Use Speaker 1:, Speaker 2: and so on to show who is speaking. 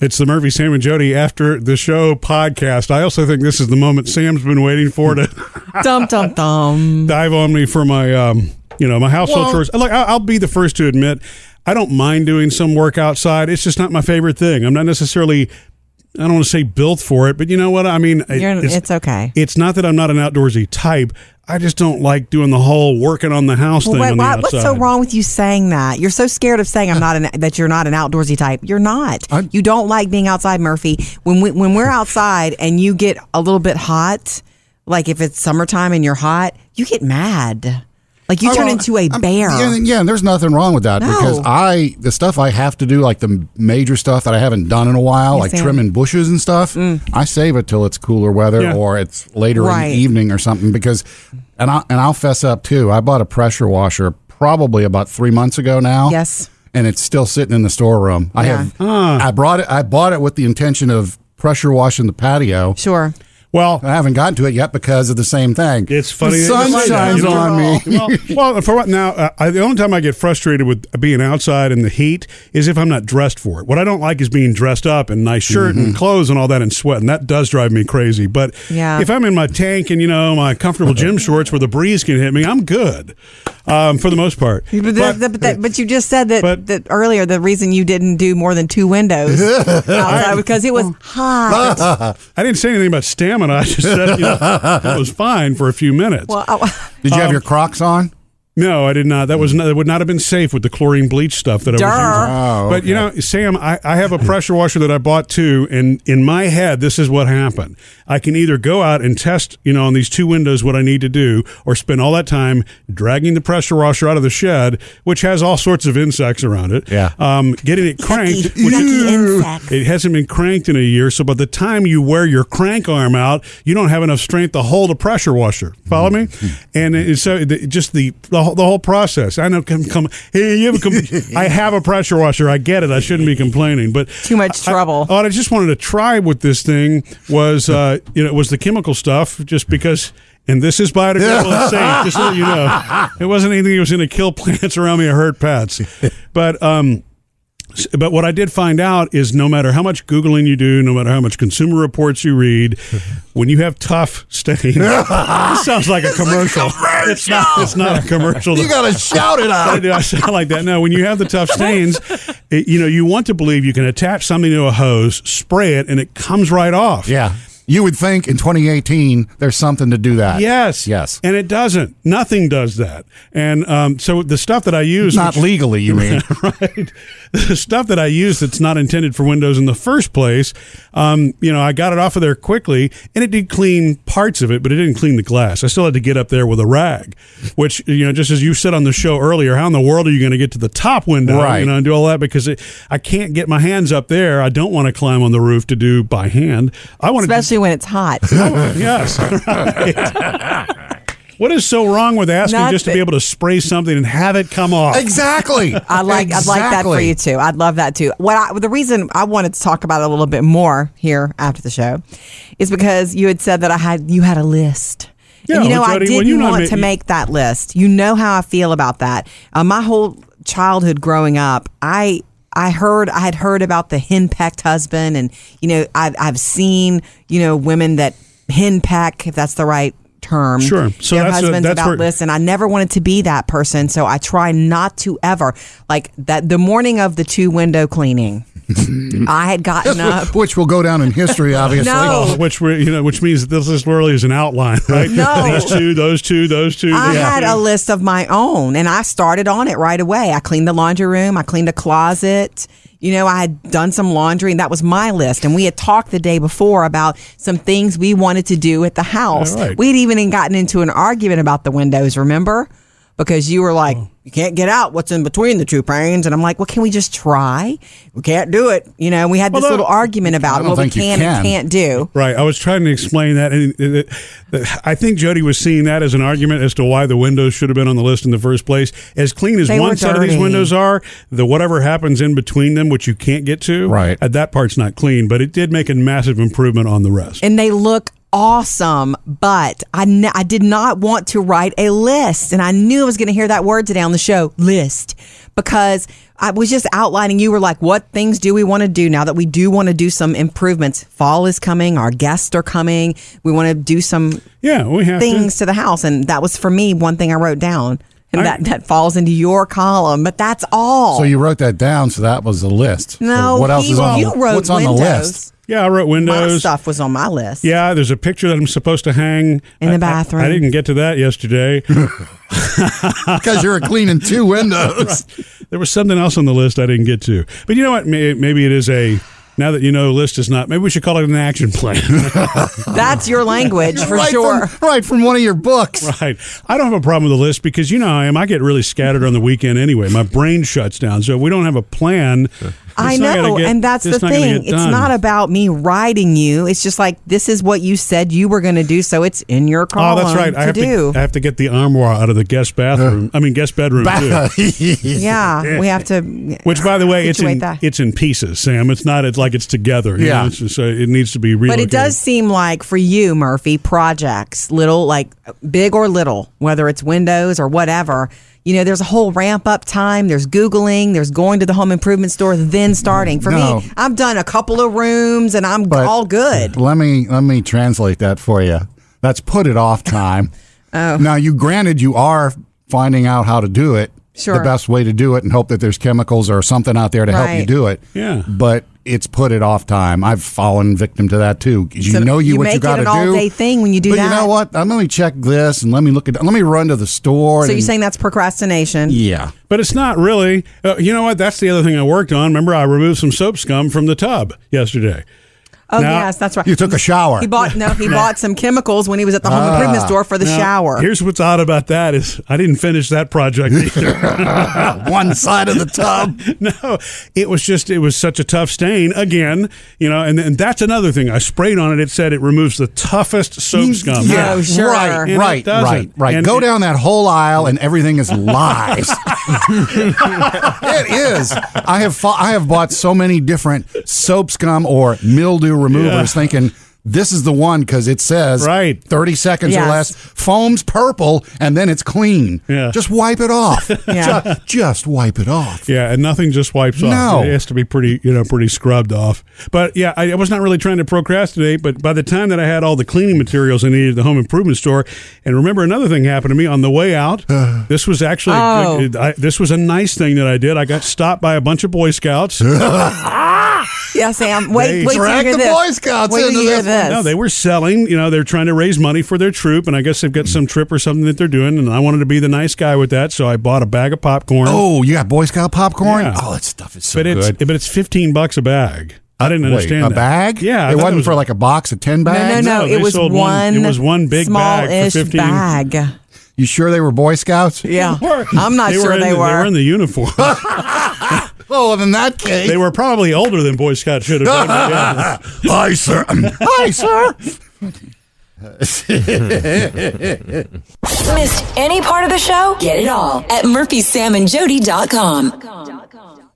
Speaker 1: It's the Murphy, Sam, and Jody after the show podcast. I also think this is the moment Sam's been waiting for to
Speaker 2: Dum dum dum.
Speaker 1: dive on me for my, um, you know, my household
Speaker 2: Well-
Speaker 1: chores. Look, I- I'll be the first to admit I don't mind doing some work outside. It's just not my favorite thing. I'm not necessarily, I don't want to say built for it, but you know what? I mean, it-
Speaker 2: You're, it's, okay.
Speaker 1: it's not that I'm not an outdoorsy type. I just don't like doing the whole working on the house thing.
Speaker 2: Well,
Speaker 1: on
Speaker 2: wait,
Speaker 1: the
Speaker 2: why- what's so
Speaker 1: outside.
Speaker 2: wrong with you saying that? You're so scared of saying I'm not an, that you're not an outdoorsy type. You're not. you don't like being outside, Murphy. When we, when we're outside and you get a little bit hot, like if it's summertime and you're hot, you get mad. Like you
Speaker 3: I
Speaker 2: turn
Speaker 3: don't-
Speaker 2: into a
Speaker 3: I'm-
Speaker 2: bear.
Speaker 3: Yeah, yeah, there's nothing wrong with that
Speaker 2: No.
Speaker 3: because I the stuff I have to do, like the major stuff that I haven't done in a while, like
Speaker 2: Sam.
Speaker 3: trimming bushes and stuff, I save it till it's cooler weather
Speaker 1: Yeah.
Speaker 3: or it's later in
Speaker 2: Mm. Right.
Speaker 3: the evening or something. Because, and I and I'll fess up too. I bought a pressure washer probably about three months ago now.
Speaker 2: Yes.
Speaker 3: and it's still sitting in the storeroom. I
Speaker 2: Yeah.
Speaker 3: have I brought it. I bought it with the intention of pressure washing the patio.
Speaker 2: Sure.
Speaker 1: Well,
Speaker 3: I haven't gotten to it yet because of the same thing.
Speaker 1: It's funny. that
Speaker 3: The sun
Speaker 1: you say that,
Speaker 3: shines
Speaker 1: you know?
Speaker 3: on me.
Speaker 1: Well, well, for what now? Uh, I, the only time I get frustrated with being outside in the heat is if I'm not dressed for it. What I don't like is being dressed up in nice shirt and clothes and all that and sweating. That does drive me crazy. But
Speaker 2: Yeah.
Speaker 1: if I'm in my tank and you know my comfortable gym shorts where the breeze can hit me, I'm good um, for the most part.
Speaker 2: But, that- that- but, that- but you just said that,
Speaker 1: But-
Speaker 2: that earlier the reason you didn't do more than two windows outside because it was hot.
Speaker 1: I didn't say anything about stamina. I just said you know, it was fine for a few minutes.
Speaker 2: well, oh, I-
Speaker 3: Did you have your Crocs on?
Speaker 1: No, I did not. That was
Speaker 3: Mm.
Speaker 1: not, that would not have been safe with the chlorine bleach stuff that I
Speaker 2: Durr.
Speaker 1: was using.
Speaker 3: Oh,
Speaker 1: But you know, Sam, I, I have a pressure washer that I bought too, and in my head, this is what happened. I can either go out and test, you know, on these two windows what I need to do, or spend all that time dragging the pressure washer out of the shed, which has all sorts of insects around it.
Speaker 3: Yeah.
Speaker 1: Um, getting it cranked.
Speaker 2: Yucky, yucky insects.
Speaker 1: It hasn't been cranked in a year, so by the time you wear your crank arm out, you don't have enough strength to hold a pressure washer. Follow me? And it- so the, just the, the whole- the whole process. I know come come. Hey, you have a com- I have a pressure washer. I get it. I shouldn't be complaining, but
Speaker 2: Too much
Speaker 1: I-
Speaker 2: trouble.
Speaker 1: what I just wanted to try with this thing was uh, you know was the chemical stuff, just because. And this is biodegradable and safe, just so that you know. It wasn't anything that was going to kill plants around me or hurt pets. But um, but what I did find out is no matter how much Googling you do, no matter how much consumer reports you read, when you have tough stains, this sounds like a commercial. It's not, it's not a commercial.
Speaker 3: You gotta shout it
Speaker 1: I
Speaker 3: out.
Speaker 1: do. I sound like that. No, when you have the tough stains, it, you know, you want to believe you can attach something to a hose, spray it, and it comes right off.
Speaker 3: Yeah. You would think in 2018 there's something to do that.
Speaker 1: Yes.
Speaker 3: Yes.
Speaker 1: And it doesn't. Nothing does that. And um, so the stuff that I use,
Speaker 3: Not legally, you mean?
Speaker 1: right? The stuff that I use that's not intended for Windows in the first place, um, you know, I got it off of there quickly, and it did clean parts of it, but it didn't clean the glass. I still had to get up there with a rag, which you know, just as you said on the show earlier, how in the world are you going to get to the top window,
Speaker 3: Right.
Speaker 1: You know, and do all that because it, I can't get my hands up there. I don't want to climb on the roof to do by hand. I want to
Speaker 2: especially when it's hot.
Speaker 1: yes. right. What is so wrong with asking
Speaker 2: Not
Speaker 1: just to
Speaker 2: that-
Speaker 1: be able to spray something and have it come off?
Speaker 3: exactly.
Speaker 2: I like I'd like that for you too. I'd love that too. What I, the reason I wanted to talk about it a little bit more here after the show is because you had said that I had you had a list.
Speaker 1: Yeah,
Speaker 2: and you know
Speaker 1: well,
Speaker 2: I
Speaker 1: Jody, when
Speaker 2: didn't
Speaker 1: you know I
Speaker 2: want
Speaker 1: met
Speaker 2: to
Speaker 1: you-
Speaker 2: make that list. You know how I feel about that. Uh, my whole childhood growing up, I I heard I had heard about the henpecked husband, and you know I've I've seen you know women that henpeck if that's the right term
Speaker 1: Sure. So
Speaker 2: their
Speaker 1: that's a-
Speaker 2: husbands
Speaker 1: that's
Speaker 2: about
Speaker 1: where-
Speaker 2: list and I never wanted to be that person, so I try not to ever. Like that the morning of the two window cleaning, I had gotten up.
Speaker 3: Which will go down in history, obviously.
Speaker 2: No.
Speaker 1: Oh, which we you know, which means that this list really is an outline, right?
Speaker 2: No.
Speaker 1: these two, those two, those two.
Speaker 2: I
Speaker 1: those
Speaker 2: had
Speaker 1: two.
Speaker 2: a list of my own and I started on it right away. I cleaned the laundry room, I cleaned a closet. You know, I had done some laundry and that was my list. And we had talked the day before about some things we wanted to do at the house.
Speaker 1: All right.
Speaker 2: We'd even gotten into an argument about the windows, remember? Because you were like,
Speaker 3: Oh.
Speaker 2: you can't get out what's in between the two panes. And I'm like, well, can we just try? We can't do it. You know, we had this
Speaker 1: Well, no,
Speaker 2: little argument about
Speaker 3: don't
Speaker 2: what we
Speaker 3: think you
Speaker 2: can
Speaker 3: can.
Speaker 2: and can't do.
Speaker 1: Right. I was trying to explain that, and and it- I think Jody was seeing that as an argument as to why the windows should have been on the list in the first place. As clean as
Speaker 2: They were
Speaker 1: one side of these
Speaker 2: dirty.
Speaker 1: windows are, the whatever happens in between them, which you can't get to,
Speaker 3: Right.
Speaker 1: uh, That part's not clean, but it did make a massive improvement on the rest.
Speaker 2: and they look awesome but I, kn- I did not want to write a list and i knew i was going to hear that word today on the show list because I was just outlining. You were like, what things do we want to do now that we do want to do some improvements? Fall is coming. Our guests are coming. We want to do some
Speaker 1: Yeah, we have
Speaker 2: things
Speaker 1: to.
Speaker 2: to the house. And that was for me one thing I wrote down. And
Speaker 1: I-
Speaker 2: that, that falls into your column, but that's all.
Speaker 3: So you wrote that down. So that was the list.
Speaker 2: no,
Speaker 3: So what else
Speaker 2: he-
Speaker 3: is on?
Speaker 2: you wrote
Speaker 3: what's on
Speaker 2: windows.
Speaker 3: the list?
Speaker 1: Yeah, I wrote
Speaker 2: My
Speaker 1: windows.
Speaker 2: stuff was on my list.
Speaker 1: Yeah, there's a picture that I'm supposed to hang
Speaker 2: In the
Speaker 1: I- I-
Speaker 2: bathroom.
Speaker 1: I, didn't get to that yesterday.
Speaker 3: Because you're cleaning two windows.
Speaker 1: there was something else on the list I didn't get to. But you know what? May- Maybe it is a. Now that you know, list is not. Maybe we should call it an action plan.
Speaker 2: That's your language for
Speaker 3: right
Speaker 2: sure.
Speaker 3: From, right from one of your books.
Speaker 1: right. I don't have a problem with the list because you know how I am. I get really scattered on the weekend anyway. My brain shuts down. So if we don't have a plan.
Speaker 2: I
Speaker 1: it's not gonna
Speaker 2: know,
Speaker 1: get-
Speaker 2: and that's
Speaker 1: it's
Speaker 2: the
Speaker 1: not gonna
Speaker 2: thing.
Speaker 1: get
Speaker 2: It's
Speaker 1: done.
Speaker 2: not about me writing you. It's just like this is what you said you were going to do, so it's in your
Speaker 1: Oh,
Speaker 2: column
Speaker 1: that's right.
Speaker 2: to
Speaker 1: I have
Speaker 2: do.
Speaker 1: to. I have to get the armoire out of the guest bathroom. I mean, guest bedroom too.
Speaker 2: yeah, we have to.
Speaker 1: Which, by the way, it's
Speaker 2: situate
Speaker 1: in
Speaker 2: that.
Speaker 1: it's in pieces, Sam. It's not it's like it's together. you
Speaker 3: Yeah.
Speaker 1: know, it's just, uh, it needs to be
Speaker 2: but
Speaker 1: relocated.
Speaker 2: it does seem like for you, Murphy, projects, little like big or little, whether it's windows or whatever. You know, there's a whole ramp up time. There's googling. There's going to the home improvement store, then starting. For
Speaker 3: No.
Speaker 2: me, I've done a couple of rooms, and I'm
Speaker 3: But
Speaker 2: all good.
Speaker 3: Let me let me translate that for you. That's put it off time.
Speaker 2: Oh.
Speaker 3: Now you granted you are finding out how to do it.
Speaker 2: Sure.
Speaker 3: The best way to do it and hope that there's chemicals or something out there to help you
Speaker 2: Right.
Speaker 3: do it.
Speaker 1: Yeah.
Speaker 3: But it's put it off time. I've fallen victim to that too. You
Speaker 2: So
Speaker 3: know you,
Speaker 2: you
Speaker 3: what
Speaker 2: make
Speaker 3: you
Speaker 2: it
Speaker 3: got to
Speaker 2: an
Speaker 3: do.
Speaker 2: all-day thing when you do
Speaker 3: but
Speaker 2: that.
Speaker 3: you know what? Um, let me check this and let me look at. Let me run to the store.
Speaker 2: So you're
Speaker 3: and-
Speaker 2: saying that's procrastination?
Speaker 3: yeah.
Speaker 1: But it's not really. Uh, you know what? That's the other thing I worked on. Remember, I removed some soap scum from the tub yesterday.
Speaker 2: Oh
Speaker 1: Now-
Speaker 2: yes, that's right.
Speaker 3: You took a shower.
Speaker 2: He bought no. He bought some chemicals when he was at the home improvement store for the
Speaker 1: Ah. Now,
Speaker 2: shower.
Speaker 1: Here's what's odd about that is I didn't finish that project either.
Speaker 3: one side of the tub.
Speaker 1: no, it was just it was such a tough stain again. You know, and, and that's another thing. I sprayed on it. It said it removes the toughest soap scum.
Speaker 2: Yeah. Oh, sure. And
Speaker 3: Right,
Speaker 1: it
Speaker 3: right,
Speaker 1: doesn't.
Speaker 3: right, right.
Speaker 1: And
Speaker 3: Go
Speaker 1: it-
Speaker 3: down that whole aisle and everything is lies. it is. I have fo- I have bought so many different soap scum or mildew removers thinking this is the one because it says
Speaker 1: Right.
Speaker 3: 30 seconds or
Speaker 2: Yes.
Speaker 3: less, foam's purple, and then it's clean.
Speaker 1: Yeah.
Speaker 3: Just wipe it off.
Speaker 2: Yeah.
Speaker 3: Ju- just, wipe it off.
Speaker 1: Yeah, and nothing just wipes
Speaker 3: No.
Speaker 1: off. It has to be pretty, you know, pretty scrubbed off. But yeah, I, I was not really trying to procrastinate. But by the time that I had all the cleaning materials I needed at the home improvement store, and remember another thing happened to me on the way out.
Speaker 3: Uh-huh.
Speaker 1: this was actually
Speaker 2: Oh.
Speaker 1: I, this was a nice thing that I did. I got stopped by a bunch of Boy Scouts.
Speaker 2: yeah, Sam.
Speaker 1: They
Speaker 2: Wait, wait till you
Speaker 3: dragged
Speaker 2: hear
Speaker 3: the
Speaker 2: this.
Speaker 3: Boy Scouts
Speaker 2: wait till
Speaker 3: into
Speaker 2: you hear
Speaker 3: this one.
Speaker 2: this.
Speaker 1: No, they were selling. You know, they're trying to raise money for their troop, and I guess they've got some trip or something that they're doing. And I wanted to be the nice guy with that, so I bought a bag of popcorn.
Speaker 3: Oh, you got Boy Scout popcorn?
Speaker 1: Yeah.
Speaker 3: Oh, that stuff is so
Speaker 1: but it's
Speaker 3: good.
Speaker 1: but it's fifteen bucks a bag. I didn't
Speaker 3: Wait,
Speaker 1: understand
Speaker 3: a
Speaker 1: that.
Speaker 3: bag?
Speaker 1: Yeah, I
Speaker 3: it
Speaker 1: thought
Speaker 3: wasn't
Speaker 1: was-
Speaker 3: for like a box of ten
Speaker 2: no, no,
Speaker 3: bags.
Speaker 2: no,
Speaker 1: No,
Speaker 2: It
Speaker 1: they
Speaker 2: was
Speaker 1: sold
Speaker 2: one,
Speaker 1: one- it was one big bag for
Speaker 2: small-ish
Speaker 1: 15.
Speaker 2: bag.
Speaker 3: You sure they were Boy Scouts?
Speaker 2: Yeah,
Speaker 1: Were-
Speaker 2: I'm not sure
Speaker 1: in
Speaker 2: they
Speaker 1: the-
Speaker 2: were.
Speaker 1: They were in the uniform.
Speaker 3: Oh, well, in that case,
Speaker 1: they were probably older than Boy Scout should have been. yeah.
Speaker 3: Hi, sir. Hi, sir.
Speaker 4: Missed any part of the show? Get it all at murphysamandjody.com.